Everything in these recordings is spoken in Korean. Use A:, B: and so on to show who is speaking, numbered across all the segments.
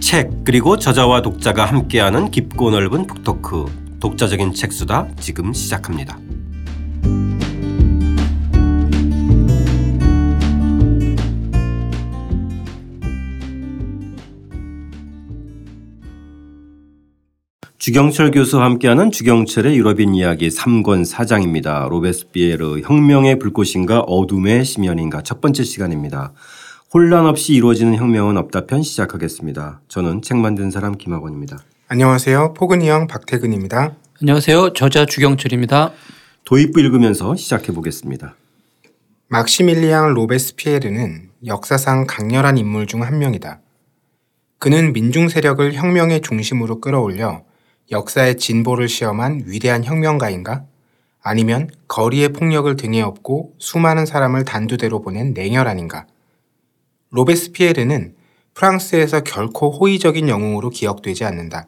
A: 책 그리고 저자와 독자가 함께하는 깊고 넓은 북토크 독자적인 책수다 지금 시작합니다. 주경철 교수와 함께하는 주경철의 유럽인 이야기 3권 4장입니다. 로베스피에르 혁명의 불꽃인가 어둠의 심연인가 첫 번째 시간입니다. 혼란 없이 이루어지는 혁명은 없다 편 시작하겠습니다. 저는 책 만든 사람 김학원입니다.
B: 안녕하세요. 포근이 형 박태근입니다.
C: 안녕하세요. 저자 주경철입니다.
A: 도입부 읽으면서 시작해 보겠습니다.
B: 막시밀리앙 로베스피에르는 역사상 강렬한 인물 중 한 명이다. 그는 민중 세력을 혁명의 중심으로 끌어올려 역사의 진보를 시험한 위대한 혁명가인가? 아니면 거리의 폭력을 등에 업고 수많은 사람을 단두대로 보낸 냉혈 아닌가? 로베스피에르는 프랑스에서 결코 호의적인 영웅으로 기억되지 않는다.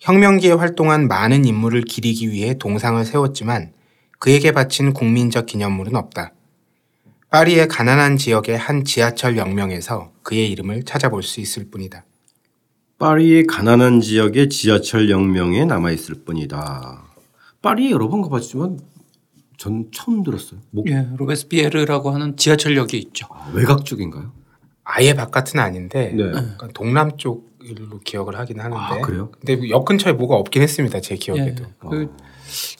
B: 혁명기에 활동한 많은 인물을 기리기 위해 동상을 세웠지만 그에게 바친 국민적 기념물은 없다. 파리의 가난한 지역의 한 지하철 역명에서 그의 이름을 찾아볼 수 있을 뿐이다.
A: 파리의 가난한 지역의 지하철 역명에 남아 있을 뿐이다. 파리에 여러 번 가봤지만 전 처음 들었어요. 뭐,
C: 예, 로베스피에르라고 하는 지하철역이 있죠.
A: 아, 외곽 쪽인가요?
B: 아예 바깥은 아닌데
A: 네.
B: 약간 동남 쪽으로 기억을 하긴 하는데
A: 아, 그래요?
B: 근데 역 근처에 뭐가 없긴 했습니다. 제 기억에도.
C: 예, 그,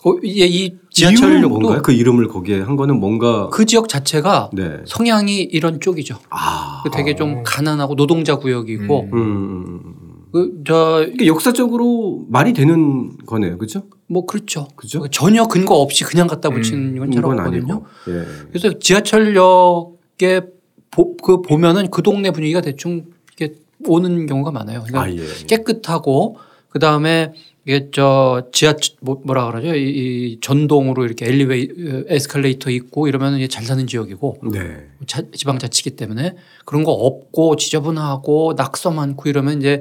C: 어, 예, 이 지하철역도
A: 뭔가요? 그 이름을 거기에 한 거는 뭔가
C: 그 지역 자체가
A: 네.
C: 성향이 이런 쪽이죠.
A: 아.
C: 그 되게
B: 아.
C: 좀 가난하고 노동자 구역이고
A: 음, 음, 음.
C: 그저
A: 이게 역사적으로 말이 되는 거네요. 그렇죠?
C: 뭐 그렇죠.
A: 그죠?
C: 전혀 근거 없이 그냥 갖다
B: 음,
C: 붙이는 건 잘
A: 이건
C: 없거든요.
A: 아니고. 예.
C: 그래서 지하철역에 보, 그 보면은 그 동네 분위기가 대충 이게 오는 경우가 많아요. 그러니까
A: 아, 예.
C: 깨끗하고 그 다음에 이게 저 지하 뭐, 뭐라 그러죠 이, 이 전동으로 이렇게 엘리베이 에스컬레이터 있고 이러면 이제 잘 사는 지역이고 뭐
A: 네.
C: 자- 지방자치기 때문에 그런 거 없고 지저분하고 낙서 많고 이러면 이제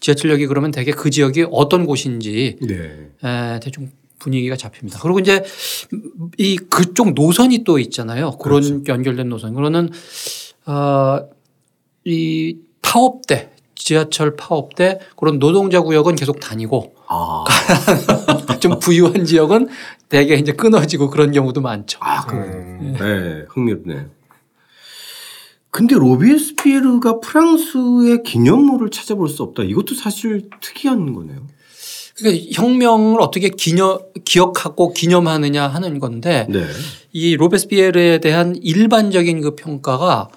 C: 지하철역이 그러면 되게 그 지역이 어떤 곳인지
A: 네.
C: 에, 대충 분위기가 잡힙니다. 그리고 이제 이 그쪽 노선이 또 있잖아요. 그런 연결된 노선. 그러는 어, 이 파업대 지하철 파업대 그런 노동자 구역은 계속 다니고
A: 아.
C: 좀 부유한 지역은 대개 이제 끊어지고 그런 경우도 많죠.
A: 아,
B: 음.
A: 네, 흥미롭네. 근데 로비에스피에르가 프랑스의 기념물을 찾아볼 수 없다. 이것도 사실 특이한 거네요.
C: 그러니까 혁명을 어떻게 기념 기억하고 기념하느냐 하는 건데
A: 네.
C: 이 로베스피에르에 대한 일반적인 그 평가가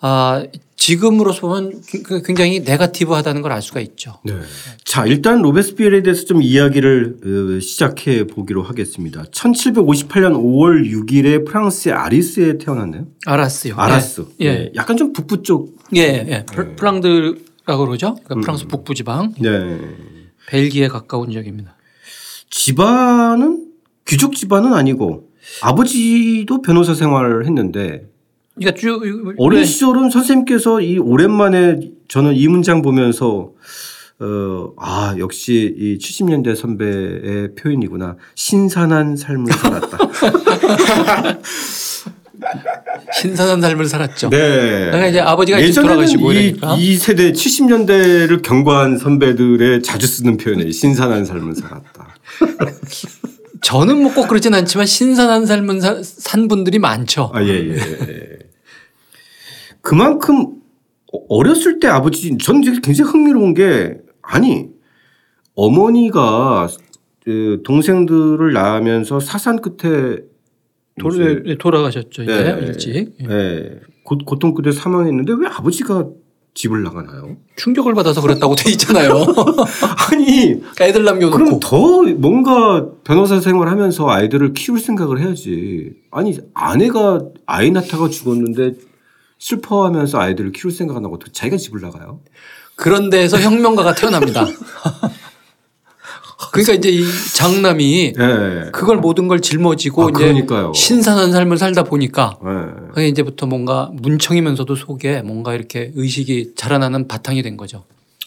C: 아, 지금으로서 보면 그- 굉장히 네가티브하다는 걸 알 수가 있죠.
A: 네. 자, 일단 로베스피에르에 대해서 좀 이야기를 어, 시작해 보기로 하겠습니다. 1758년 5월 6일에 프랑스의 아리스에 태어났네요.
C: 알았어요.
A: 아라스.
C: 예.
A: 네, 약간 좀 북부 쪽.
C: 예, 예. 예. 프랑드라고 그러죠.
A: 음.
C: 그러니까 프랑스 북부 지방,
A: 네.
C: 벨기에 가까운 지역입니다.
A: 집안은 귀족 집안은 아니고 아버지도 변호사 생활을 했는데
C: 그러니까 쭉
A: 어린
C: 네.
A: 시절은 선생님께서 이 오랜만에 저는 이 문장 보면서 어, 아, 역시 이 70년대 선배의 표현이구나. 신선한 삶을 살았다.
C: 신선한 삶을 살았죠.
A: 네.
C: 그러니까 이제 아버지가 일찍
A: 예전에는
C: 돌아가시고
A: 이,
C: 이러니까.
A: 이 세대 70년대를 경과한 선배들의 자주 쓰는 표현이 신선한 삶을 살았다.
C: 저는 뭐 꼭 그렇진 않지만 신선한 삶은 사- 산 분들이 많죠.
A: 아, 예, 예. 예. 그만큼 어- 어렸을 때 아버지, 저는 이게 굉장히 흥미로운 게, 아니, 어머니가 그 동생들을 낳으면서 사산 끝에 이제,
C: 돌, 돌아가셨죠. 이제
A: 네.
C: 일찍 예.
A: 예, 고, 고통 끝에 사망했는데 왜 아버지가 집을 나가나요?
C: 충격을 받아서 그랬다고 돼 있잖아요.
A: 아니,
C: 애들 남겨놓고
A: 그럼 더 뭔가 변호사 생활하면서 아이들을 키울 생각을 해야지. 아니 아내가 아이 낳다가 죽었는데 슬퍼하면서 아이들을 키울 생각 안 하고 어떻게 자기가 집을 나가요?
C: 그런 데에서 혁명가가 태어납니다. 그러니까 이제 이 장남이
A: 예.
C: 그걸 모든 걸 짊어지고
A: 아,
C: 이제
A: 그러니까요.
C: 신선한 삶을 살다 보니까
A: 예.
C: 그게 이제부터 뭔가 문청이면서도 속에 뭔가 이렇게 의식이 자라나는 바탕이 된 거죠.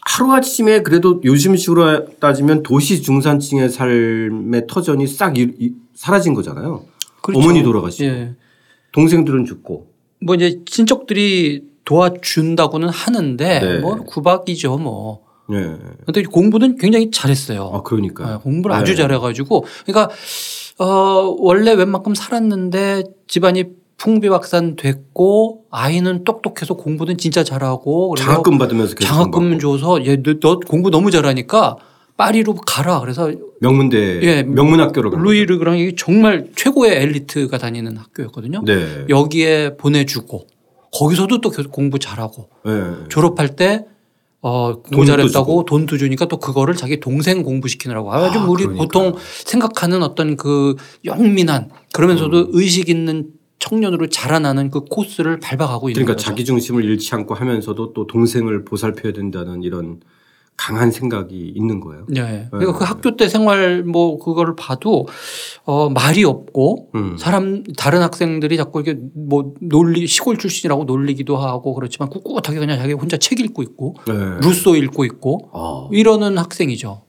A: 하루아침에 그래도 요즘식으로 따지면 도시 중산층의 삶의 터전이 싹 이- 이- 사라진 거잖아요. 어머니 돌아가시고
C: 그렇죠. 예.
A: 동생들은 죽고
C: 뭐 이제 친척들이 도와준다고는 하는데
A: 네.
C: 뭐 구박이죠 뭐.
A: 예.
C: 근데 공부는 굉장히 잘했어요.
A: 아 그러니까.
C: 네, 공부를 아주
A: 네.
C: 잘해가지고 그러니까 어, 원래 웬만큼 살았는데 집안이 풍비박산 됐고 아이는 똑똑해서 공부는 진짜 잘하고 그래서
A: 장학금 받으면서 계속
C: 장학금
A: 공부하고.
C: 줘서 얘너 너 공부 너무 잘하니까 파리로 가라 그래서
A: 명문대
C: 예.
A: 명문학교로 간
C: 루이 르그랑이 정말 최고의 엘리트가 다니는 학교였거든요.
A: 거죠. 네.
C: 여기에 보내주고 거기서도 또 계속 공부 잘하고
A: 예.
C: 네. 졸업할 때 어,
A: 돈도 주고.
C: 공부 잘했다고 돈도 주니까 또 그거를 자기 동생 공부시키느라고. 아주
A: 아,
C: 우리
A: 그러니까.
C: 보통 생각하는 어떤 그 영민한
A: 음.
C: 그러면서도 의식 있는 청년으로 자라나는 그 코스를 밟아가고 있는
A: 그러니까
C: 거죠.
A: 자기 중심을 잃지 않고 하면서도 또 동생을 보살펴야 된다는 이런 강한 생각이 있는 거예요.
C: 네.
A: 네,
C: 그러니까
A: 네.
C: 그 학교 때 생활 뭐 그거를 봐도 어, 말이 없고
A: 음.
C: 사람 다른 학생들이 자꾸 이렇게 뭐 놀리 시골 출신이라고 놀리기도 하고 그렇지만 꿋꿋하게 그냥 자기 혼자 책 읽고 있고
A: 네.
C: 루소 읽고 있고
A: 아.
C: 이러는 학생이죠.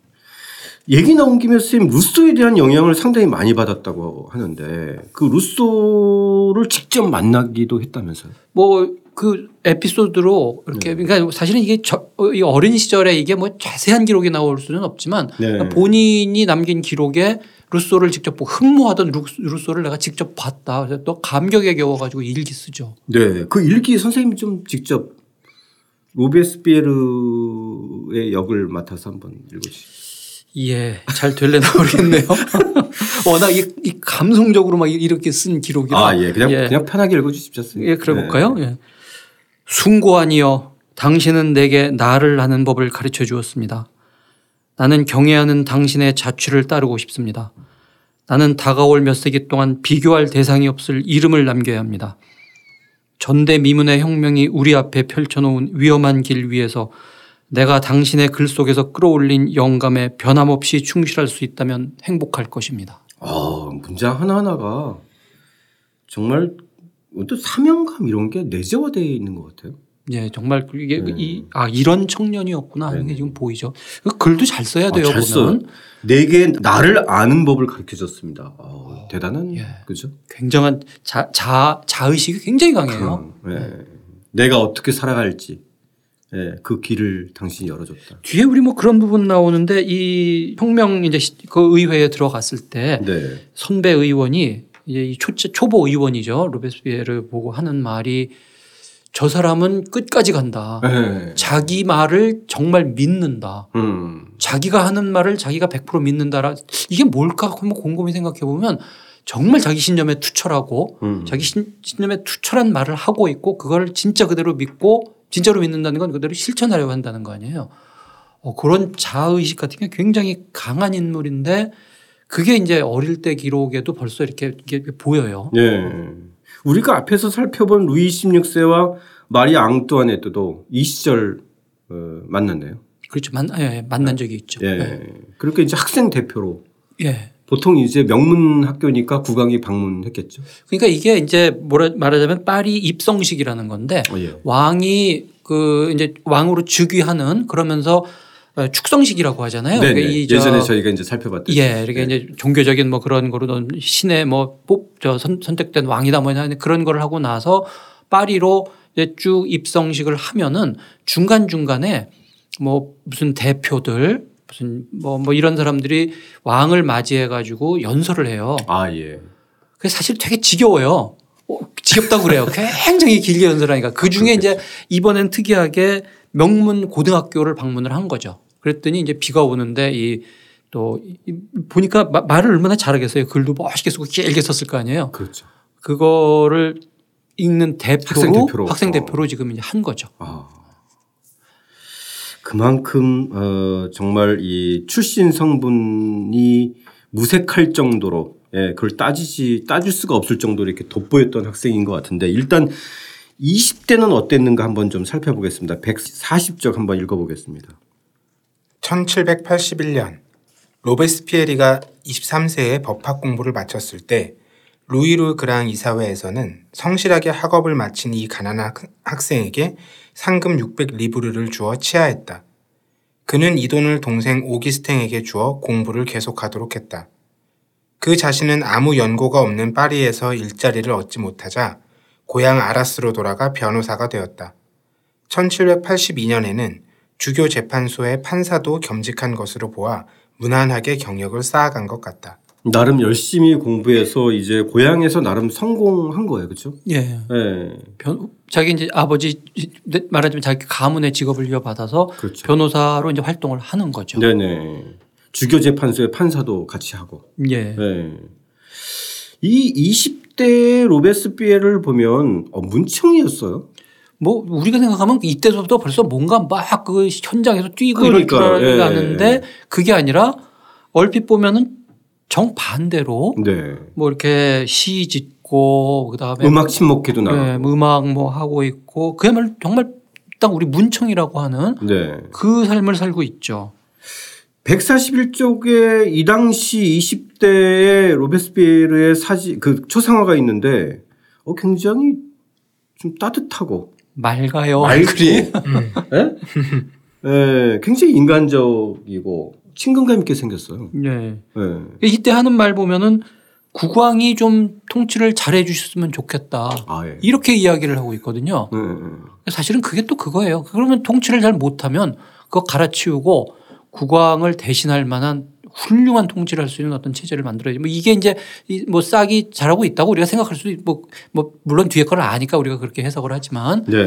A: 얘기 나온 김에 선생님 루소에 대한 영향을 상당히 많이 받았다고 하는데 그 루소를 직접 만나기도 했다면서요?
C: 뭐 그 에피소드로 이렇게
A: 네.
C: 그러니까 사실은 이게 저, 이 어린 시절에 이게 뭐 자세한 기록이 나올 수는 없지만 그러니까
A: 네.
C: 본인이 남긴 기록에 루소를 직접 보고 흠모하던 루, 루소를 내가 직접 봤다. 그래서 또 감격에 겨워가지고 일기 쓰죠.
A: 네. 그 일기 선생님이 좀 직접 로베스피에르의 역을 맡아서 한번 읽어주시죠.
C: 예, 잘 될래나 모르겠네요. 워낙 이, 이 감성적으로 막 이렇게 쓴 기록이라.
A: 아, 예. 그냥,
C: 예.
A: 그냥 편하게 읽어주십시오. 선생님.
C: 예, 그래
A: 네.
C: 볼까요? 예. 숭고하니여 당신은 내게 나를 아는 법을 가르쳐 주었습니다. 나는 경외하는 당신의 자취를 따르고 싶습니다. 나는 다가올 몇 세기 동안 비교할 대상이 없을 이름을 남겨야 합니다. 전대미문의 혁명이 우리 앞에 펼쳐놓은 위험한 길 위에서 내가 당신의 글 속에서 끌어올린 영감에 변함없이 충실할 수 있다면 행복할 것입니다.
A: 아, 문장 하나하나가 정말 또 사명감 이런 게 내재화되어 있는 것 같아요.
C: 예, 정말 이게
A: 음.
C: 이, 아 이런 청년이었구나 하는
A: 네네.
C: 게 지금 보이죠. 그 글도 잘 써야
A: 아,
C: 돼요.
A: 잘 써요.
C: 보면
A: 내게 나를 아는 법을 가르쳐 줬습니다. 아, 대단한,
C: 예.
A: 그죠?
C: 굉장한 자, 자 자의식이 굉장히 강해요.
A: 음, 예. 내가 어떻게 살아갈지 예, 그 길을 당신이 열어줬다.
C: 뒤에 우리 뭐 그런 부분 나오는데 이 혁명 이제 시- 그 의회에 들어갔을 때
A: 네.
C: 선배 의원이 이제 이 초, 초보 의원이죠 로베스피에를 보고 하는 말이 저 사람은 끝까지 간다.
A: 예.
C: 아, 자기 말을 정말 믿는다.
A: 음.
C: 자기가 하는 말을 자기가 100% 믿는다라 이게 뭘까 한번 곰곰이 생각해 보면 정말 자기 신념에 투철하고
A: 음.
C: 자기 신, 신념에 투철한 말을 하고 있고 그걸 진짜 그대로 믿고 진짜로 믿는다는 건 그대로 실천하려고 한다는 거 아니에요. 어, 그런 자의식 같은 게 굉장히 강한 인물인데 그게 이제 어릴 때 기록에도 벌써 이렇게, 이게 보여요.
A: 예. 우리가 앞에서 살펴본 루이 16세와 마리 앙뚜아네트도 이 시절 어, 만났네요.
C: 그렇죠. 만, 예, 만난 적이 있죠. 네.
A: 예. 그렇게 이제 학생 대표로
C: 예.
A: 보통 이제 명문 학교니까 국왕이 방문했겠죠.
C: 그러니까 이게 이제 뭐라 말하자면 파리 입성식이라는 건데
A: 어, 예.
C: 왕이 그 이제 왕으로 즉위하는 그러면서 어, 축성식이라고 하잖아요.
A: 네네.
C: 그러니까 이 저-
A: 예전에 저희가 네. 이제 살펴봤듯이
C: 예, 이렇게 이제 종교적인 뭐 그런 거로 는 신의 뭐뽑저 선택된 왕이다 뭐냐 하는 그런 걸 하고 나서 파리로 이제 쭉 입성식을 하면은 중간 중간에 뭐 무슨 대표들 무슨 뭐 뭐 이런 사람들이 왕을 맞이해 가지고 연설을 해요.
A: 아 예.
C: 그게 사실 되게 지겨워요. 어, 지겹다고 그래요. 굉장히 길게 연설하니까. 그 중에 이제 이번엔 특이하게 명문 고등학교를 방문을 한 거죠. 그랬더니 이제 비가 오는데 이 또 보니까 마- 말을 얼마나 잘하겠어요. 글도 멋있게 쓰고 길게 썼을 거 아니에요.
A: 그렇죠.
C: 그거를 읽는 대표로
A: 학생 대표로.
C: 학생
A: 어.
C: 대표로 지금 이제 한 거죠.
A: 아. 그만큼 어, 정말 이 출신 성분이 무색할 정도로 예, 그걸 따지지 따질 수가 없을 정도로 이렇게 돋보였던 학생인 것 같은데 일단 20대는 어땠는가 한번 좀 살펴보겠습니다. 140쪽 한번 읽어보겠습니다.
B: 1781년 로베스피에리가 23세에 법학 공부를 마쳤을 때 루이루 그랑 이사회에서는 성실하게 학업을 마친 이 가난한 학- 학생에게 상금 600리브르를 주어 치하했다. 그는 이 돈을 동생 오기스탱에게 주어 공부를 계속하도록 했다. 그 자신은 아무 연고가 없는 파리에서 일자리를 얻지 못하자 고향 아라스로 돌아가 변호사가 되었다. 1782년에는 주교 재판소의 판사도 겸직한 것으로 보아 무난하게 경력을 쌓아간 것 같다.
A: 나름 열심히 공부해서 이제 고향에서 나름 성공한 거예요, 그렇죠?
C: 예.
A: 예,
C: 변, 자기 이제 아버지 말하자면 자기 가문의 직업을 이어받아서
A: 그렇죠.
C: 변호사로 이제 활동을 하는 거죠.
A: 네네. 주교 재판소의 판사도 같이 하고.
C: 예.
A: 네. 이 20대 로베스피에를 보면 어, 문청이었어요.
C: 뭐 우리가 생각하면 이때서부터 벌써 뭔가 막 그 현장에서 뛰고
A: 그러니까요.
C: 이렇게
A: 예.
C: 하는데 그게 아니라 얼핏 보면은 정 반대로
A: 네.
C: 뭐 이렇게 시 짓고 그다음에
A: 음악 친목기도
C: 네,
A: 나고.
C: 뭐 음악 뭐 하고 있고 그야말로 정말 딱 우리 문청이라고 하는
A: 네.
C: 그 삶을 살고 있죠.
A: 141쪽에 이 당시 20대의 로베스피에르의 사진 그 초상화가 있는데 어 굉장히 좀 따뜻하고 어,
C: 맑아요.
A: 맑고
B: 음,
A: 예? 예, 굉장히 인간적이고 친근감 있게 생겼어요.
C: 네.
A: 예.
C: 이때 하는 말 보면은 국왕이 좀 통치를 잘해 주셨으면 좋겠다.
A: 아 예.
C: 이렇게 이야기를 하고 있거든요.
A: 예, 예.
C: 사실은 그게 또 그거예요. 그러면 통치를 잘 못하면 그거 갈아치우고 국왕을 대신할 만한 훌륭한 통치를 할 수 있는 어떤 체제를 만들어야지. 뭐 이게 이제 이 뭐 싹이 잘하고 있다고 우리가 생각할 수도 있- 뭐, 뭐 물론 뒤에 거를 아니까 우리가 그렇게 해석을 하지만
A: 네.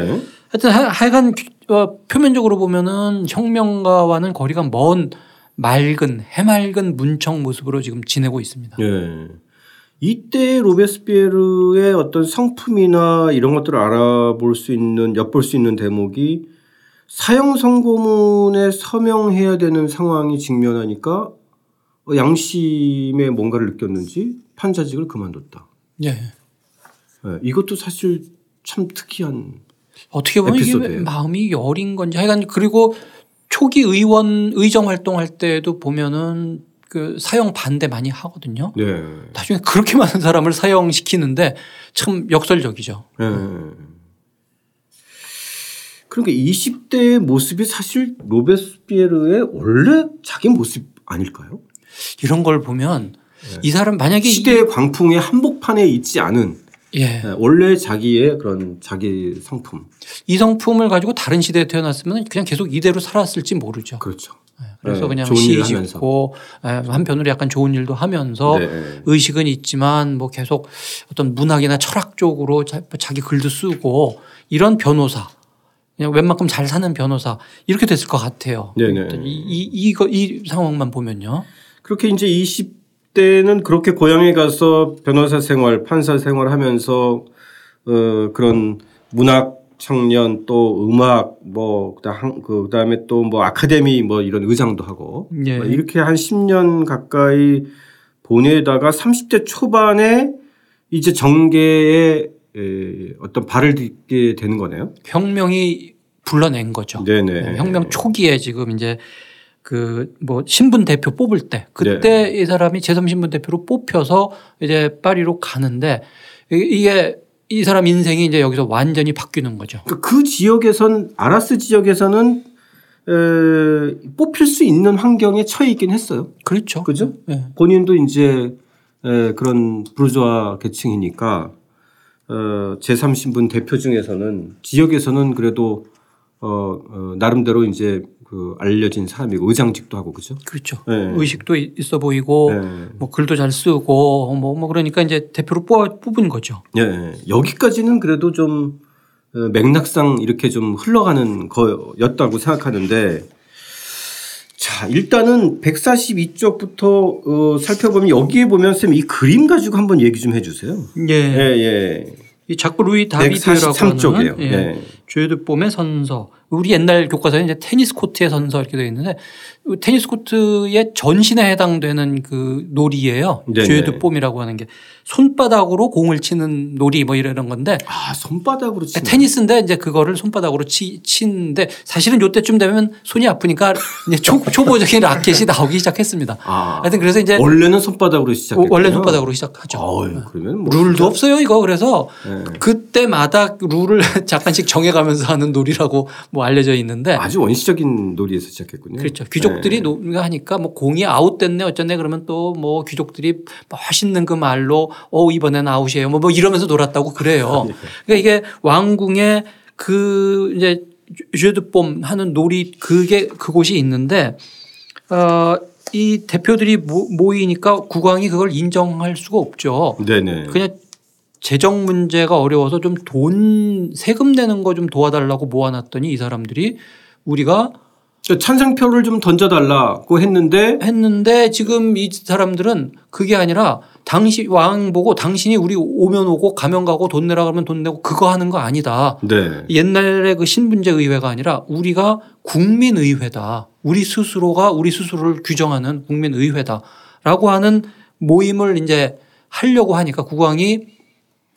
C: 하여튼 하- 하여간 어, 표면적으로 보면은 혁명가와는 거리가 먼 맑은 해맑은 문청 모습으로 지금 지내고 있습니다.
A: 예. 이때 로베스피에르의 어떤 성품이나 이런 것들을 알아볼 수 있는 엿볼 수 있는 대목이 사형 선고문에 서명해야 되는 상황이 직면하니까 어, 양심에 뭔가를 느꼈는지 판사직을 그만뒀다.
C: 예.
A: 예, 이것도 사실 참 특이한
C: 어떻게 보면 이게
A: 에피소드예요.
C: 마음이 여린 건지 하여간 그리고 초기 의원 의정 활동할 때도 보면은 그 사형 반대 많이 하거든요.
A: 네.
C: 나중에 그렇게 많은 사람을 사형시키는데 참 역설적이죠.
A: 예. 그러니까 20대의 모습이 사실 로베스피에르의 원래 자기 모습 아닐까요?
C: 이런 걸 보면 이 사람 만약에 아, 이-
A: 예. 시대의 광풍의 한복판에 있지 않은
C: 예.
A: 예, 원래 자기의 그런 자기 성품
C: 이 성품을 가지고 다른 시대에 태어났으면 그냥 계속 이대로 살았을지 모르죠.
A: 그렇죠.
C: 어. 예, 그래서
A: 네,
C: 그냥
A: 좋은
C: 시
A: 일 하면서.
C: 짓고 예, 한편으로 약간 좋은 일도 하면서
A: 네, 네.
C: 의식은 있지만 뭐 계속 어떤 문학이나 철학 쪽으로 자- 자기 글도 쓰고 이런 변호사 그냥 웬만큼 잘 사는 변호사 이렇게 됐을 것 같아요.
A: 네, 네.
C: 이, 이 이거 이 상황만 보면요.
A: 그렇게 이제 20대는 그렇게 고향에 가서 변호사 생활, 판사 생활하면서 어, 그런 문학 청년 또 음악 뭐 그다음 그 그다음에 또 뭐 아카데미 뭐 이런 의상도 하고
C: 예.
A: 뭐 이렇게 한 10년 가까이 보내다가 30대 초반에 이제 정계에 에, 어떤 발을 딛게 되는 거네요.
C: 혁명이 불러낸 거죠.
A: 네네.
C: 혁명 초기에 지금 이제 그 뭐 신분 대표 뽑을 때 그때 이 사람이 재선 신분 대표로 뽑혀서 이제 파리로 가는데 이- 이게 이 사람 인생이 이제 여기서 완전히 바뀌는 거죠.
A: 그러니까 그 지역에선 아라스 지역에서는 에, 뽑힐 수 있는 환경에 처해 있긴 했어요.
C: 그렇죠.
A: 그죠?
C: 예.
A: 본인도 이제 에, 그런 부르주아 계층이니까 어, 제3신분 대표 중에서는 지역에서는 그래도 어, 어, 나름대로 이제 그 알려진 사람이고 의장직도 하고 그죠?
C: 그렇죠.
A: 네.
C: 의식도 이- 있어 보이고
A: 네.
C: 뭐 글도 잘 쓰고 뭐, 뭐 그러니까 이제 대표로 뽑 뽑은 거죠.
A: 예, 예. 여기까지는 그래도 좀 어, 맥락상 이렇게 좀 흘러가는 거였다고 생각하는데 자, 일단은 142쪽부터 어, 살펴보면 여기에 보면 쌤 이 그림 가지고 한번 얘기 좀 해주세요. 예,
C: 예.
A: 예.
C: 이 자꾸 루이 다비드라고 하는
A: 143쪽이에요.
C: 예.
A: 예. 예.
C: 조여드봄의 선서. 우리 옛날 교과서에 이제 테니스 코트의 선서 이렇게 되어 있는데 테니스 코트의 전신에 해당되는 그 놀이예요.
A: 네네.
C: 조여드봄이라고 하는 게 손바닥으로 공을 치는 놀이 뭐 이런 건데
A: 아, 손바닥으로 치는.
C: 테니스인데 이제 그거를 손바닥으로 치, 치는데 사실은 요때쯤 되면 손이 아프니까 이제 초, 초보적인 라켓이 나오기 시작했습니다.
A: 아,
C: 하여튼 그래서 이제 어,
A: 원래는 손바닥으로 시작했요
C: 원래 손바닥으로 시작하죠. 네.
A: 어유 그러면 뭐
C: 룰도 없어요 이거 그래서
A: 예.
C: 그때마다 룰을 잠깐씩 정해가면서 하는 놀이라고 뭐 알려져 있는데
A: 아주 원시적인 놀이에서 시작했군요.
C: 그렇죠 귀족들이
A: 예.
C: 노가 하니까 뭐 공이 아웃됐네 어쨌네 그러면 또 뭐 귀족들이 멋있는 그 말로 어 이번엔 아웃이에요 뭐, 뭐 이러면서 놀았다고 그래요 그러니까 이게 왕궁의 그 이제 쉐드뽐 하는 놀이 그게 그곳이 있는데 어, 이 대표들이 모- 모이니까 국왕이 그걸 인정할 수가 없죠.
A: 네네.
C: 그냥 재정 문제가 어려워서 좀 돈 세금 내는 거 좀 도와달라고 모아놨더니 이 사람들이 우리가
A: 저 찬성표를 좀 던져달라고 했는데
C: 했는데 지금 이 사람들은 그게 아니라 당시 왕 보고 당신이 우리 오면 오고 가면 가고 돈 내라 그러면 돈 내고 그거 하는 거 아니다.
A: 네.
C: 옛날에 그 신분제 의회가 아니라 우리가 국민 의회다. 우리 스스로가 우리 스스로를 규정하는 국민 의회다라고 하는 모임을 이제 하려고 하니까 국왕이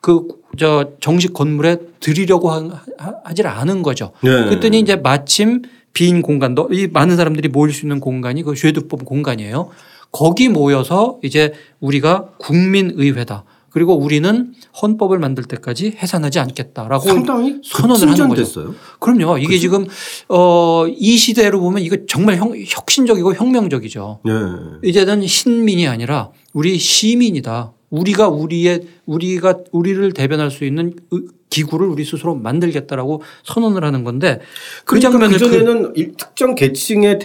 C: 그 저 정식 건물에 들이려고 하- 하- 하질 않은 거죠.
A: 네.
C: 그랬더니 이제 마침 빈 공간도 이 많은 사람들이 모일 수 있는 공간이 그 쉐드법 공간이에요. 거기 모여서 이제 우리가 국민의회다. 그리고 우리는 헌법을 만들 때까지 해산하지 않겠다라고
A: 상당히
C: 선언을 하는 거죠.
A: 급진전됐어요.
C: 그럼요. 이게 지금 어 이 시대로 보면 이거 정말 혁, 혁신적이고 혁명적이죠.
A: 네.
C: 이제는 신민이 아니라 우리 시민이다. 우리가 우리의 우리가 우리를 대변할 수 있는 의- 기구를 우리 스스로 만들겠다라고 선언을 하는 건데 그
A: 그러니까
C: 장면을
A: 그 전에는 일- 특정 계층의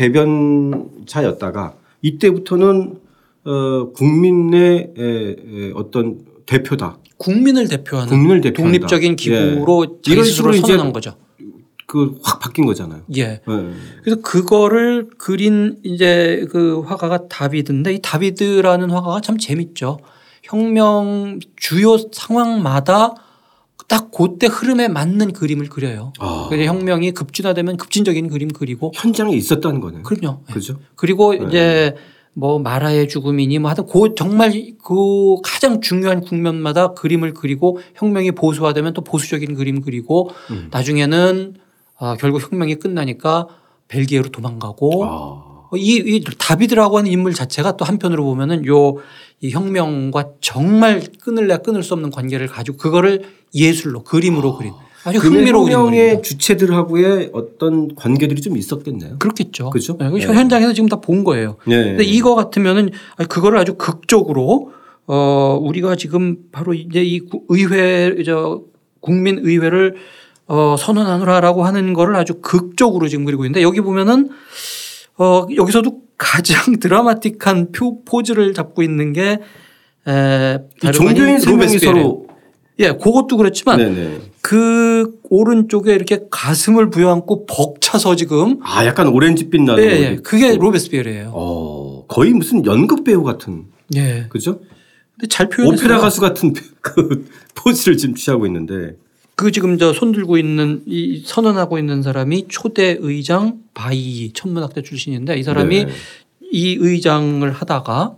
A: 대변자였다가 이때부터는 어, 국민의 에, 에, 어떤 대표다.
C: 국민을 대표하는
A: 국민을 대표한다. 예.
C: 독립적인 기구로 자기
A: 이런
C: 스스로
A: 식으로 이제-
C: 선언한 거죠.
A: 그 확 바뀐 거잖아요.
C: 예.
A: 네.
C: 그래서 그거를 그린 이제 그 화가가 다비드인데 이 다비드라는 화가가 참 재밌죠. 혁명 주요 상황마다 딱 그때 흐름에 맞는 그림을 그려요.
A: 아.
C: 그래서 혁명이 급진화되면 급진적인 그림 그리고
A: 현장에 있었다는 거네요.
C: 그럼요. 예.
A: 그죠?
C: 그리고
A: 네.
C: 이제 뭐 마라의 죽음이니 뭐 하여튼 그 정말 그 가장 중요한 국면마다 그림을 그리고 혁명이 보수화되면 또 보수적인 그림 그리고
A: 음.
C: 나중에는 아, 결국 혁명이 끝나니까 벨기에로 도망가고 뭐
A: 아.
C: 이, 이 다비드라고 하는 인물 자체가 또 한편으로 보면은 요 이 혁명과 정말 끊을래 끊을 수 없는 관계를 가지고 그거를 예술로 그림으로 그린 아주 흥미로운 인물입니다.
A: 혁명의 주체들하고의 어떤 관계들이 좀 있었겠네요.
C: 그렇겠죠.
A: 그죠?
C: 네, 그
A: 네.
C: 현장에서 지금 다 본 거예요.
A: 네.
C: 근데 이거 같으면은 아니, 그거를 아주 극적으로 어 우리가 지금 바로 이제 이 구- 의회 저 국민 의회를 어 선언하느라라고 하는 거를 아주 극적으로 지금 그리고 있는데 여기 보면은 어 여기서도 가장 드라마틱한 표, 포즈를 잡고 있는 게 에,
A: 이 종교인 세 명이
C: 로베스피에르.
A: 서로
C: 예, 그것도 그렇지만
A: 네네.
C: 그 오른쪽에 이렇게 가슴을 부여안고 벅차서 지금
A: 아 약간 오렌지빛 나는
C: 예,
A: 옷
C: 예,
A: 입고.
C: 그게 로베스피에르예요.
A: 네, 어 거의 무슨 연극 배우 같은
C: 예.
A: 그죠?
C: 근데 잘 표현했어요.
A: 오페라 가수 같은 그 포즈를 지금 취하고 있는데
C: 그 지금 저 손 들고 있는 이 선언하고 있는 사람이 초대 의장 바이 천문학대 출신인데 이 사람이
A: 네.
C: 이 의장을 하다가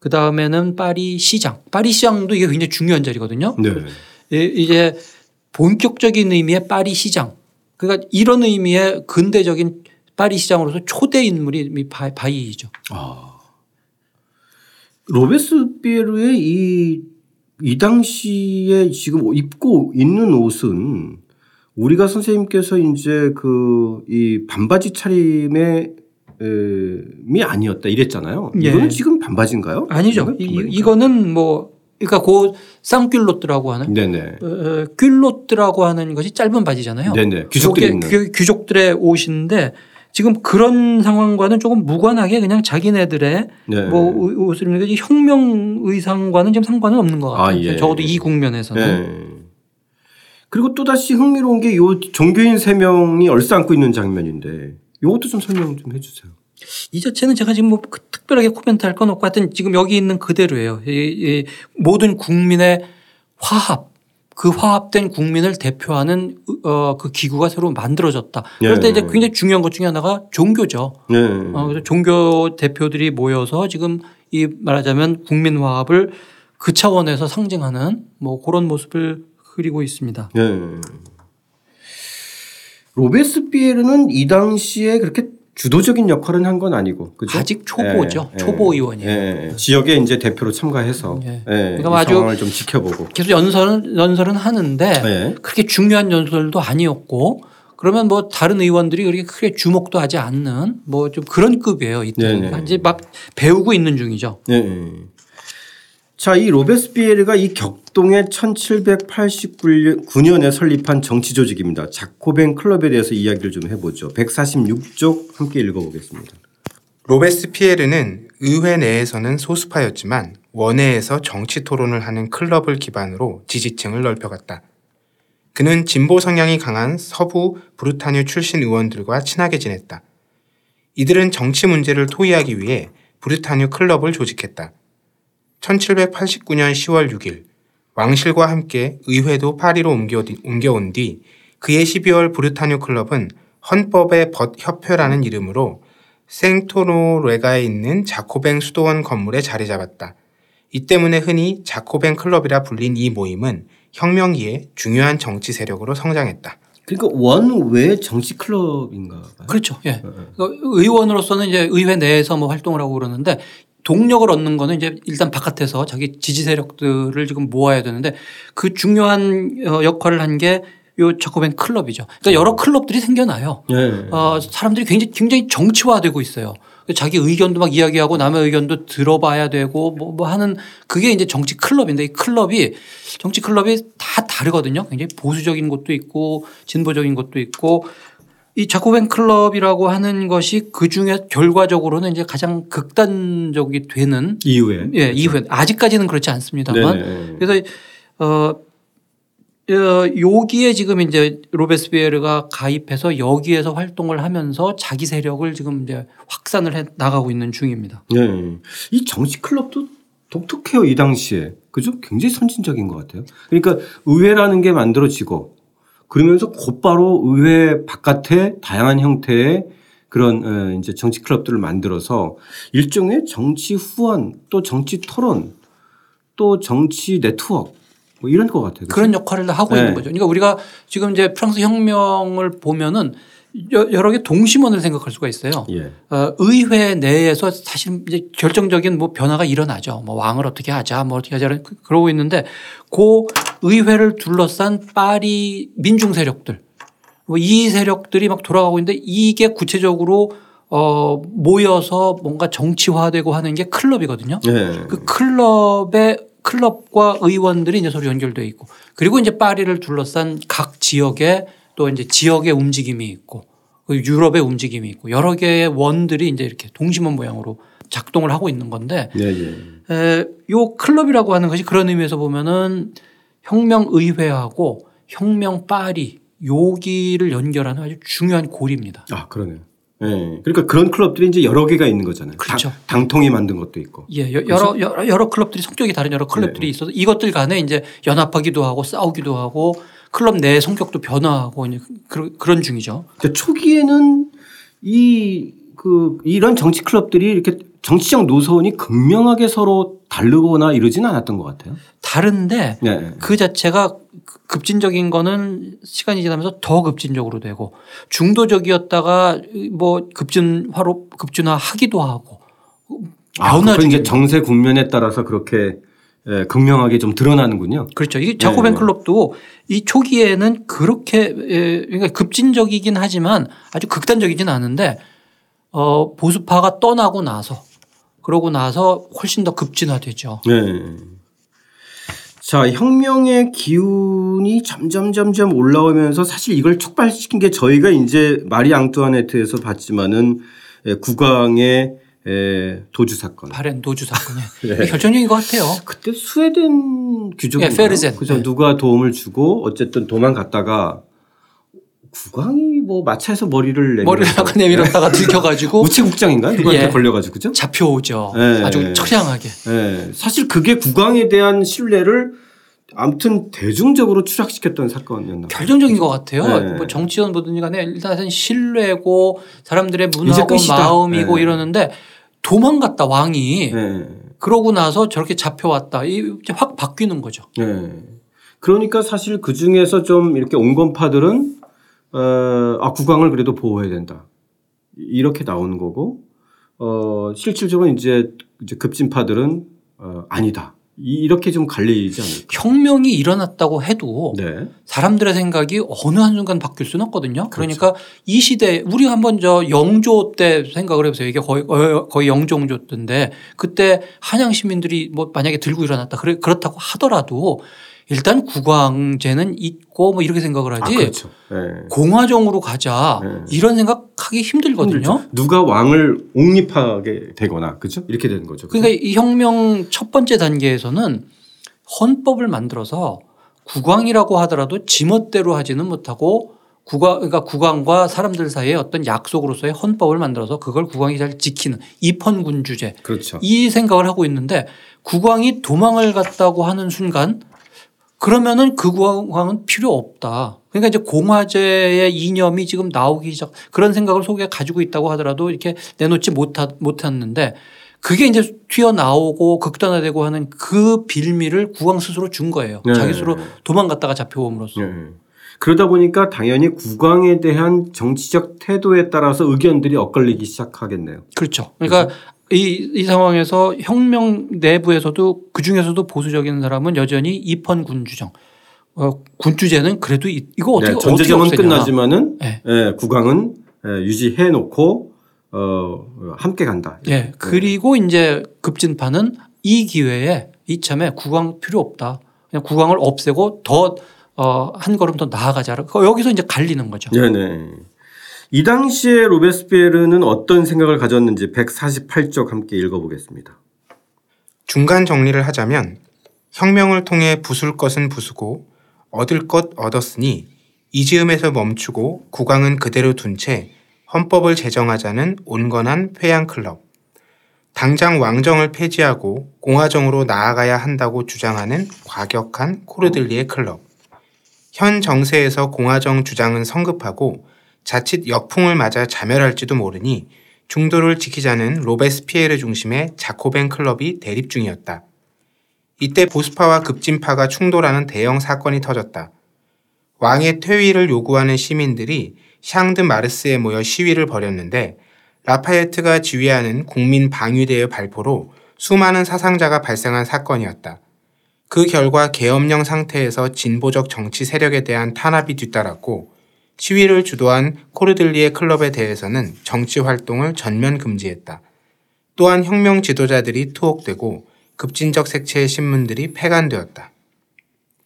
C: 그 다음에는 파리 시장, 파리 시장도 이게 굉장히 중요한 자리거든요.
A: 네.
C: 예, 이제 본격적인 의미의 파리 시장, 그러니까 이런 의미의 근대적인 파리 시장으로서 초대 인물이 이 바- 바이이죠.
A: 아 로베스피에르의 이, 이 당시에 지금 입고 있는 옷은 우리가 선생님께서 이제 그 이 반바지 차림의 이 아니었다 이랬잖아요.
C: 예.
A: 이거는 지금 반바지인가요?
C: 아니죠. 이,
A: 반바지인가요?
C: 이거는 뭐 그러니까 그 쌍귤로트라고 하는
A: 네네.
C: 어, 귤로트라고 하는 것이 짧은 바지잖아요.
A: 음. 네네. 귀족들이
C: 요게 그
A: 입는.
C: 뭐 귀- 귀족들의 옷인데 지금 그런 상황과는 조금 무관하게 그냥 자기네들의
A: 네.
C: 뭐 의- 옷을 입는 게 혁명 의상과는 지금 상관은 없는 것
A: 아,
C: 같아요.
A: 예.
C: 적어도 이 국면에서는.
A: 예. 그리고 또 다시 흥미로운 게 이 종교인 세 명이 얼싸안고 있는 장면인데 이것도 좀 설명 좀 해주세요.
C: 이 자체는 제가 지금 뭐 그- 특별하게 코멘트할 건 없고 하여튼 지금 여기 있는 그대로예요. 이, 이 모든 국민의 화합. 그 화합된 국민을 대표하는 어, 그 기구가 새로 만들어졌다. 그런데
A: 예.
C: 이제 굉장히 중요한 것 중에 하나가 종교죠.
A: 네.
C: 어, 그래서 종교 대표들이 모여서 지금 이 말하자면 국민화합을 그 차원에서 상징하는 뭐 그런 모습을 그리고 있습니다.
A: 네. 로베스피에르는 이 당시에 그렇게 주도적인 역할은 한 건 아니고 그죠?
C: 아직 초보죠.
A: 예,
C: 초보
A: 예.
C: 의원이에요.
A: 예, 예. 지역에 이제 대표로 참가해서
C: 예.
A: 예.
C: 그러니까
A: 이
C: 아주-
A: 상황을 좀 지켜보고.
C: 계속 연설은 연설은 하는데
A: 예.
C: 그렇게 중요한 연설도 아니었고 그러면 뭐 다른 의원들이 그렇게 크게 주목도 하지 않는 뭐 좀 그런 급이에요. 이때
A: 네, 네.
C: 이제 막 배우고 있는 중이죠.
A: 예, 예. 자, 이 로베스피에르가 이 격동의 1789년에 설립한 정치 조직입니다. 자코벤 클럽에 대해서 이야기를 좀 해보죠. 146쪽 함께 읽어보겠습니다.
B: 로베스피에르는 의회 내에서는 소수파였지만 원회에서 정치 토론을 하는 클럽을 기반으로 지지층을 넓혀갔다. 그는 진보 성향이 강한 서부 브루타뉴 출신 의원들과 친하게 지냈다. 이들은 정치 문제를 토의하기 위해 브루타뉴 클럽을 조직했다. 1789년 10월 6일 왕실과 함께 의회도 파리로 옮겨- 옮겨온 뒤 그해 12월 브루타뉴 클럽은 헌법의 벗 협회라는 이름으로 생토노레가에 있는 자코뱅 수도원 건물에 자리 잡았다. 이 때문에 흔히 자코뱅 클럽이라 불린 이 모임은 혁명기에 중요한 정치 세력으로 성장했다.
A: 그러니까 원외 정치 클럽인가 봐요.
C: 그렇죠. 예. 그러니까 의원으로서는 이제 의회 내에서 뭐 활동을 하고 그러는데 동력을 얻는 거는 이제 일단 바깥에서 자기 지지 세력들을 지금 모아야 되는데 그 중요한 어, 역할을 한 게 요 자코벤 클럽이죠. 그러니까 여러 클럽들이 생겨나요.
A: 예.
C: 어, 사람들이 굉장히, 굉장히 정치화되고 있어요. 자기 의견도 막 이야기하고 남의 의견도 들어봐야 되고 뭐, 뭐 하는 그게 이제 정치 클럽인데 이 클럽이 정치 클럽이 다 다르거든요. 굉장히 보수적인 것도 있고 진보적인 것도 있고 이 자코벤 클럽이라고 하는 것이 그 중에 결과적으로는 이제 가장 극단적이 되는
A: 이후에.
C: 예, 이후에 아직까지는 그렇지 않습니다만
A: 그렇죠. 네네.
C: 그래서 어 어, 여기에 지금 이제 로베스피에르가 가입해서 여기에서 활동을 하면서 자기 세력을 지금 이제 확산을 해 나가고 있는 중입니다.
A: 예. 이 정치 클럽도 독특해요 이 당시에 그죠? 굉장히 선진적인 것 같아요. 그러니까 의회라는 게 만들어지고 그러면서 곧바로 의회 바깥에 다양한 형태의 그런 에, 이제 정치 클럽들을 만들어서 일종의 정치 후원 또 정치 토론 또 정치 네트워크 뭐 이런 것 같아요.
C: 그런 역할을 다 하고
A: 네.
C: 있는 거죠. 그러니까 우리가 지금 이제 프랑스 혁명을 보면은 여- 여러 개 동심원을 생각할 수가 있어요.
A: 예.
C: 어, 의회 내에서 사실 이제 결정적인 뭐 변화가 일어나죠. 뭐 왕을 어떻게 하자, 뭐 어떻게 하자 그- 그러고 있는데 그 의회를 둘러싼 파리 민중 세력들 뭐 이 세력들이 막 돌아가고 있는데 이게 구체적으로 어, 모여서 뭔가 정치화되고 하는 게 클럽이거든요.
A: 예.
C: 그 클럽의 클럽과 의원들이 이제 서로 연결돼 있고 그리고 이제 파리를 둘러싼 각 지역에 또 이제 지역의 움직임이 있고 그 유럽의 움직임이 있고 여러 개의 원들이 이제 이렇게 동심원 모양으로 작동을 하고 있는 건데
A: 예, 예.
C: 에, 요 클럽이라고 하는 것이 그런 의미에서 보면은 혁명 의회하고 혁명 파리 요기를 연결하는 아주 중요한 고리입니다.
A: 아 그러네요. 예. 그러니까 그런 클럽들이 이제 여러 개가 있는 거잖아요.
C: 그렇죠.
A: 당, 통이 만든 것도 있고.
C: 예, 여- 여러, 여러 여러 클럽들이 성격이 다른 여러
A: 네,
C: 클럽들이 있어서 이것들 간에 이제 연합하기도 하고 싸우기도 하고 클럽 내 성격도 변화하고 이제 그, 그런 중이죠.
A: 그러니까 초기에는 이 그 이런 정치 클럽들이 이렇게 정치적 노선이 극명하게 서로 다르거나 이러지는 않았던 것 같아요.
C: 다른데
A: 네, 네.
C: 그 자체가 급진적인 거는 시간이 지나면서 더 급진적으로 되고 중도적이었다가 뭐 급진화로 급진화하기도 하고
A: 아,
C: 변화
A: 그건 이제
C: 중입니다.
A: 정세 국면에 따라서 그렇게 예, 극명하게 좀 드러나는군요.
C: 그렇죠. 이 자코벤
A: 네.
C: 클럽도 이 초기에는 그렇게 예, 그러니까 급진적이긴 하지만 아주 극단적이진 않은데 어, 보수파가 떠나고 나서 그러고 나서 훨씬 더 급진화되죠.
A: 네. 자, 혁명의 기운이 점점 점점 올라오면서 사실 이걸 촉발시킨 게 저희가 이제 마리 앙뚜아네트에서 봤지만은 예, 국왕의 에, 도주 사건.
C: 바렌 도주 사건이
A: 네.
C: 결정적인 것 같아요.
A: 그때 스웨덴
C: 예,
A: 귀족인가요?
C: 페르젠.
A: 그죠?
C: 네.
A: 누가 도움을 주고 어쨌든 도망갔다가 국왕이 뭐 마차에서 머리를 내밀어서
C: 머리를 약간 내밀었다가
A: 네.
C: 들켜가지고
A: 우체국장인가요? 누구한테
C: 예.
A: 걸려가지고 그죠?
C: 잡혀오죠.
A: 네.
C: 아주 처량하게.
A: 예. 사실 그게 국왕에 대한 신뢰를 아무튼 대중적으로 추락시켰던 사건이었나 봐요.
C: 결정적인 것 같아요.
A: 네.
C: 뭐 정치원 뭐든지 간에 일단은 신뢰고 사람들의
A: 이제
C: 문화고
A: 끝이다.
C: 마음이고
A: 네.
C: 이러는데 도망갔다 왕이
A: 예.
C: 그러고 나서 저렇게 잡혀왔다. 이확 바뀌는 거죠.
A: 예. 그러니까 사실 그 중에서 좀 이렇게 온건파들은 어, 아 국왕을 그래도 보호해야 된다 이렇게 나오는 거고 어, 실질적으로 이제, 이제 급진파들은 어, 아니다 이- 이렇게 좀 갈리지 않을까?
C: 혁명이 일어났다고 해도
A: 네.
C: 사람들의 생각이 어느 한순간 바뀔 수는
A: 그렇죠.
C: 없거든요. 그러니까 이 시대 우리 한번 저 영조 때 생각을 해보세요. 이게 거의 어, 거의 영종조 때인데 그때 한양 시민들이 뭐 만약에 들고 일어났다 그래 그렇다고 하더라도 일단 국왕제는 있고 뭐 이렇게 생각을
A: 아,
C: 하지
A: 그렇죠. 네.
C: 공화정으로 가자
A: 네.
C: 이런 생각하기 힘들거든요.
A: 힘들죠. 그렇죠. 누가 왕을 옹립하게 되거나 그죠? 이렇게 되는 거죠. 그죠?
C: 그러니까 이 혁명 첫 번째 단계에서는 헌법을 만들어서 국왕이라고 하더라도 지멋대로 하지는 못하고 국왕 그러니까 국왕과 사람들 사이에 어떤 약속으로서의 헌법을 만들어서 그걸 국왕이 잘 지키는 입헌군주제
A: 그렇죠.
C: 이 생각을 하고 있는데 국왕이 도망을 갔다고 하는 순간 그러면은 그 국왕은 필요 없다. 그러니까 이제 공화제의 이념이 지금 나오기 시작 그런 생각을 속에 가지고 있다고 하더라도 이렇게 내놓지 못하, 못했는데 그게 이제 튀어나오고 극단화되고 하는 그 빌미를 국왕 스스로 준 거예요.
A: 네.
C: 자기 스스로 도망갔다가 잡혀옴으로써.
A: 예, 예. 그러다 보니까 당연히 국왕에 대한 정치적 태도에 따라서 의견들이 엇갈리기 시작하겠네요.
C: 그렇죠. 그러니까 이, 이 상황에서 혁명 내부에서도 그 중에서도 보수적인 사람은 여전히 입헌 군주정. 어, 군주제는 그래도 이, 이거 어떻게
A: 네,
C: 어떻게
A: 전제정은
C: 없애냐.
A: 끝나지만은
C: 네.
A: 예, 국왕은 예, 유지해 놓고 어, 함께 간다.
C: 예. 그리고 이제 급진파는 이 기회에 이참에 국왕 필요 없다. 그냥 국왕을 없애고 더 어, 한 걸음 더 나아가자. 그 여기서 이제 갈리는 거죠.
A: 네, 네. 이 당시에 로베스피에르는 어떤 생각을 가졌는지 148쪽 함께 읽어보겠습니다.
B: 중간 정리를 하자면 혁명을 통해 부술 것은 부수고 얻을 것 얻었으니 이지음에서 멈추고 국왕은 그대로 둔 채 헌법을 제정하자는 온건한 회양클럽. 당장 왕정을 폐지하고 공화정으로 나아가야 한다고 주장하는 과격한 코르들리의 클럽. 현 정세에서 공화정 주장은 성급하고 자칫 역풍을 맞아 자멸할지도 모르니 중도를 지키자는 로베스피에르 중심의 자코벤 클럽이 대립 중이었다. 이때 보수파와 급진파가 충돌하는 대형 사건이 터졌다. 왕의 퇴위를 요구하는 시민들이 샹드 마르스에 모여 시위를 벌였는데 라파에트가 지휘하는 국민 방위대의 발포로 수많은 사상자가 발생한 사건이었다. 그 결과 계엄령 상태에서 진보적 정치 세력에 대한 탄압이 뒤따랐고 시위를 주도한 코르들리의 클럽에 대해서는 정치 활동을 전면 금지했다. 또한 혁명 지도자들이 투옥되고 급진적 색채의 신문들이 폐간되었다.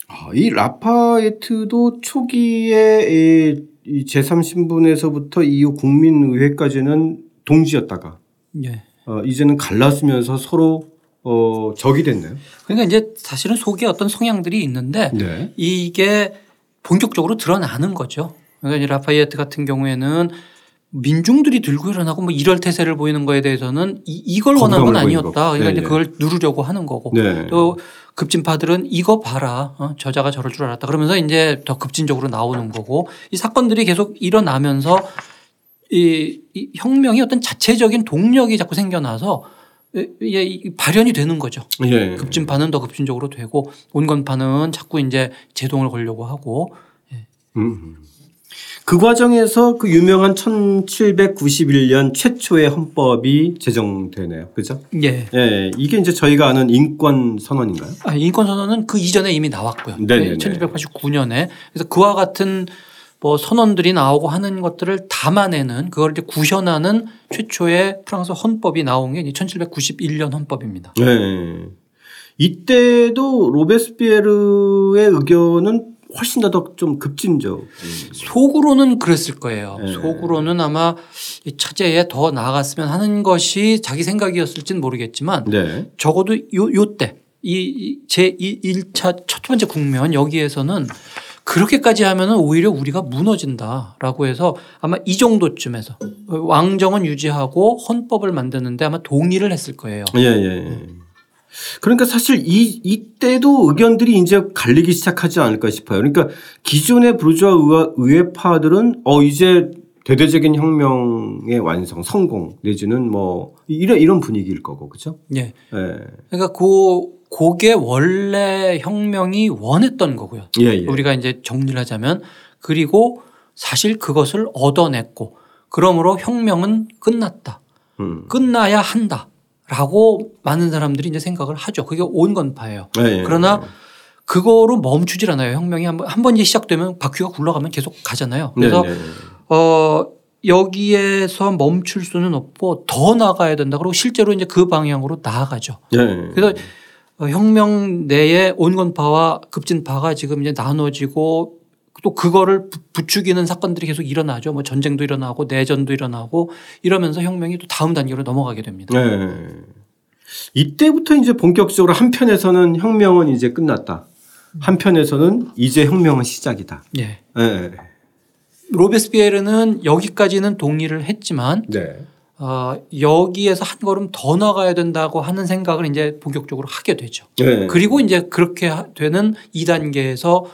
A: 아, 이 라파에트도 초기에 제3신분에서부터 이후 국민의회까지는 동지였다가
C: 예.
A: 어, 이제는 갈라서면서 서로 어, 적이 됐나요?
C: 그러니까 이제 사실은 속에 어떤 성향들이 있는데
A: 네.
C: 이게 본격적으로 드러나는 거죠. 그러니까 이 라파이에트 같은 경우에는 민중들이 들고 일어나고 뭐 이럴 태세를 보이는 거에 대해서는 이, 이걸 원한 건
A: 건강을 보이는
C: 아니었다.
A: 거.
C: 그러니까
A: 네,
C: 이제
A: 네.
C: 그걸 누르려고 하는 거고
A: 네.
C: 또 급진파들은 이거 봐라 어? 저자가 저럴 줄 알았다. 그러면서 이제 더 급진적으로 나오는 거고 이 사건들이 계속 일어나면서 이, 이 혁명이 어떤 자체적인 동력이 자꾸 생겨나서 이- 이게 이- 발현이 되는 거죠.
A: 예.
C: 급진파는 더 급진적으로 되고 온건파는 자꾸 이제 제동을 걸려고 하고
A: 음. 그 과정에서 그 유명한 1791년 최초의 헌법이 제정되네요. 그죠?
C: 예.
A: 예. 이게 이제 저희가 아는 인권 선언인가요?
C: 아, 인권 선언은 그 이전에 이미 나왔고요.
A: 네네네.
C: 1789년에 그래서 그와 같은 뭐 선언들이 나오고 하는 것들을 담아내는 그걸 이제 구현하는 최초의 프랑스 헌법이 나온 게 1791년 헌법입니다.
A: 예. 이때도 로베스피에르의 의견은 훨씬 더 좀 급진적.
C: 속으로는 그랬을 거예요.
A: 네.
C: 속으로는 아마 이 차제에 더 나아갔으면 하는 것이 자기 생각이었을진 모르겠지만
A: 네.
C: 적어도 요, 요 때, 이, 제 1차 첫 번째 국면 여기에서는 그렇게까지 하면은 오히려 우리가 무너진다라고 해서 아마 이 정도쯤에서 왕정은 유지하고 헌법을 만드는데 아마 동의를 했을 거예요.
A: 예, 예. 예. 그러니까 사실 이, 이때도 의견들이 이제 갈리기 시작하지 않을까 싶어요. 그러니까 기존의 부르주아 의회- 의회파들은 어, 이제 대대적인 혁명의 완성, 성공 내지는 뭐 이런, 이런 분위기일 거고, 그죠?
C: 예.
A: 예.
C: 그러니까 그, 그게 원래 혁명이 원했던 거고요.
A: 예, 예.
C: 우리가 이제 정리를 하자면 그리고 사실 그것을 얻어냈고 그러므로 혁명은 끝났다.
A: 음.
C: 끝나야 한다. 라고 많은 사람들이 이제 생각을 하죠. 그게 온건파예요.
A: 예, 예.
C: 그러나 그거로 멈추질 않아요. 혁명이 한번 한번 이제 시작되면 바퀴가 굴러가면 계속 가잖아요. 그래서
A: 네, 네, 네.
C: 어 여기에서 멈출 수는 없고 더 나가야 된다. 그리고 실제로 이제 그 방향으로 나아가죠.
A: 예, 예.
C: 그래서 어, 혁명 내에 온건파와 급진파가 지금 이제 나눠지고 또 그거를 부- 부추기는 사건들이 계속 일어나죠. 뭐 전쟁도 일어나고 내전도 일어나고 이러면서 혁명이 또 다음 단계로 넘어가게 됩니다.
A: 네. 이때부터 이제 본격적으로 한편에서는 혁명은 이제 끝났다. 한편에서는 이제 혁명은 시작이다.
C: 예.
A: 네.
C: 로베스피에르는 여기까지는 동의를 했지만
A: 네.
C: 어, 여기에서 한 걸음 더 나가야 된다고 하는 생각을 이제 본격적으로 하게 되죠.
A: 네.
C: 그리고 이제 그렇게 하- 되는 2단계에서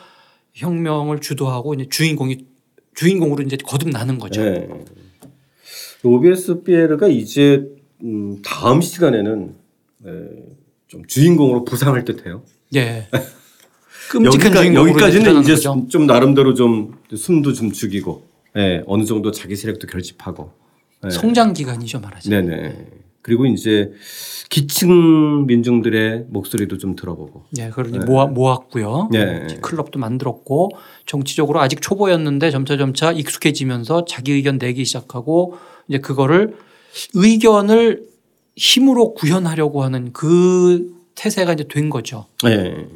C: 혁명을 주도하고 이제 주인공이 주인공으로 이제 거듭나는 거죠.
A: 네. 로베스 피에르가 이제 음, 다음 시간에는 에, 좀 주인공으로 부상할 듯해요.
C: 예. 끔찍한
A: 여기까,
C: 주인공으로
A: 여기까지는
C: 드러나는
A: 이제
C: 거죠.
A: 좀 나름대로 좀 숨도 좀 죽이고, 예, 어느 정도 자기 세력도 결집하고. 예.
C: 성장 기간이죠 말하자면.
A: 네네. 그리고 이제 기층 민중들의 목소리도 좀 들어보고.
C: 예, 그러니 모아, 모았고요.
A: 네.
C: 클럽도 만들었고 정치적으로 아직 초보였는데 점차 점차 익숙해지면서 자기 의견 내기 시작하고 이제 그거를 의견을 힘으로 구현하려고 하는 그 태세가 이제 된 거죠.
A: 예.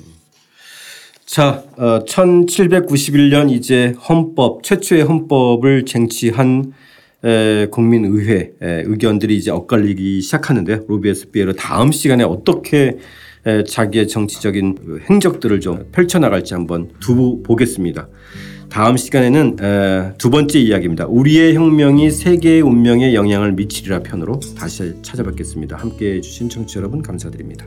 A: 자, 어, 1791년 이제 헌법 최초의 헌법을 쟁취한 에, 국민의회 에, 의견들이 이제 엇갈리기 시작하는데 로비에스피에르 다음 시간에 어떻게 에, 자기의 정치적인 그 행적들을 좀 펼쳐나갈지 한번 두고 보겠습니다. 다음 시간에는 에, 두 번째 이야기입니다. 우리의 혁명이 세계의 운명에 영향을 미치리라 편으로 다시 찾아뵙겠습니다. 함께해 주신 청취자 여러분 감사드립니다.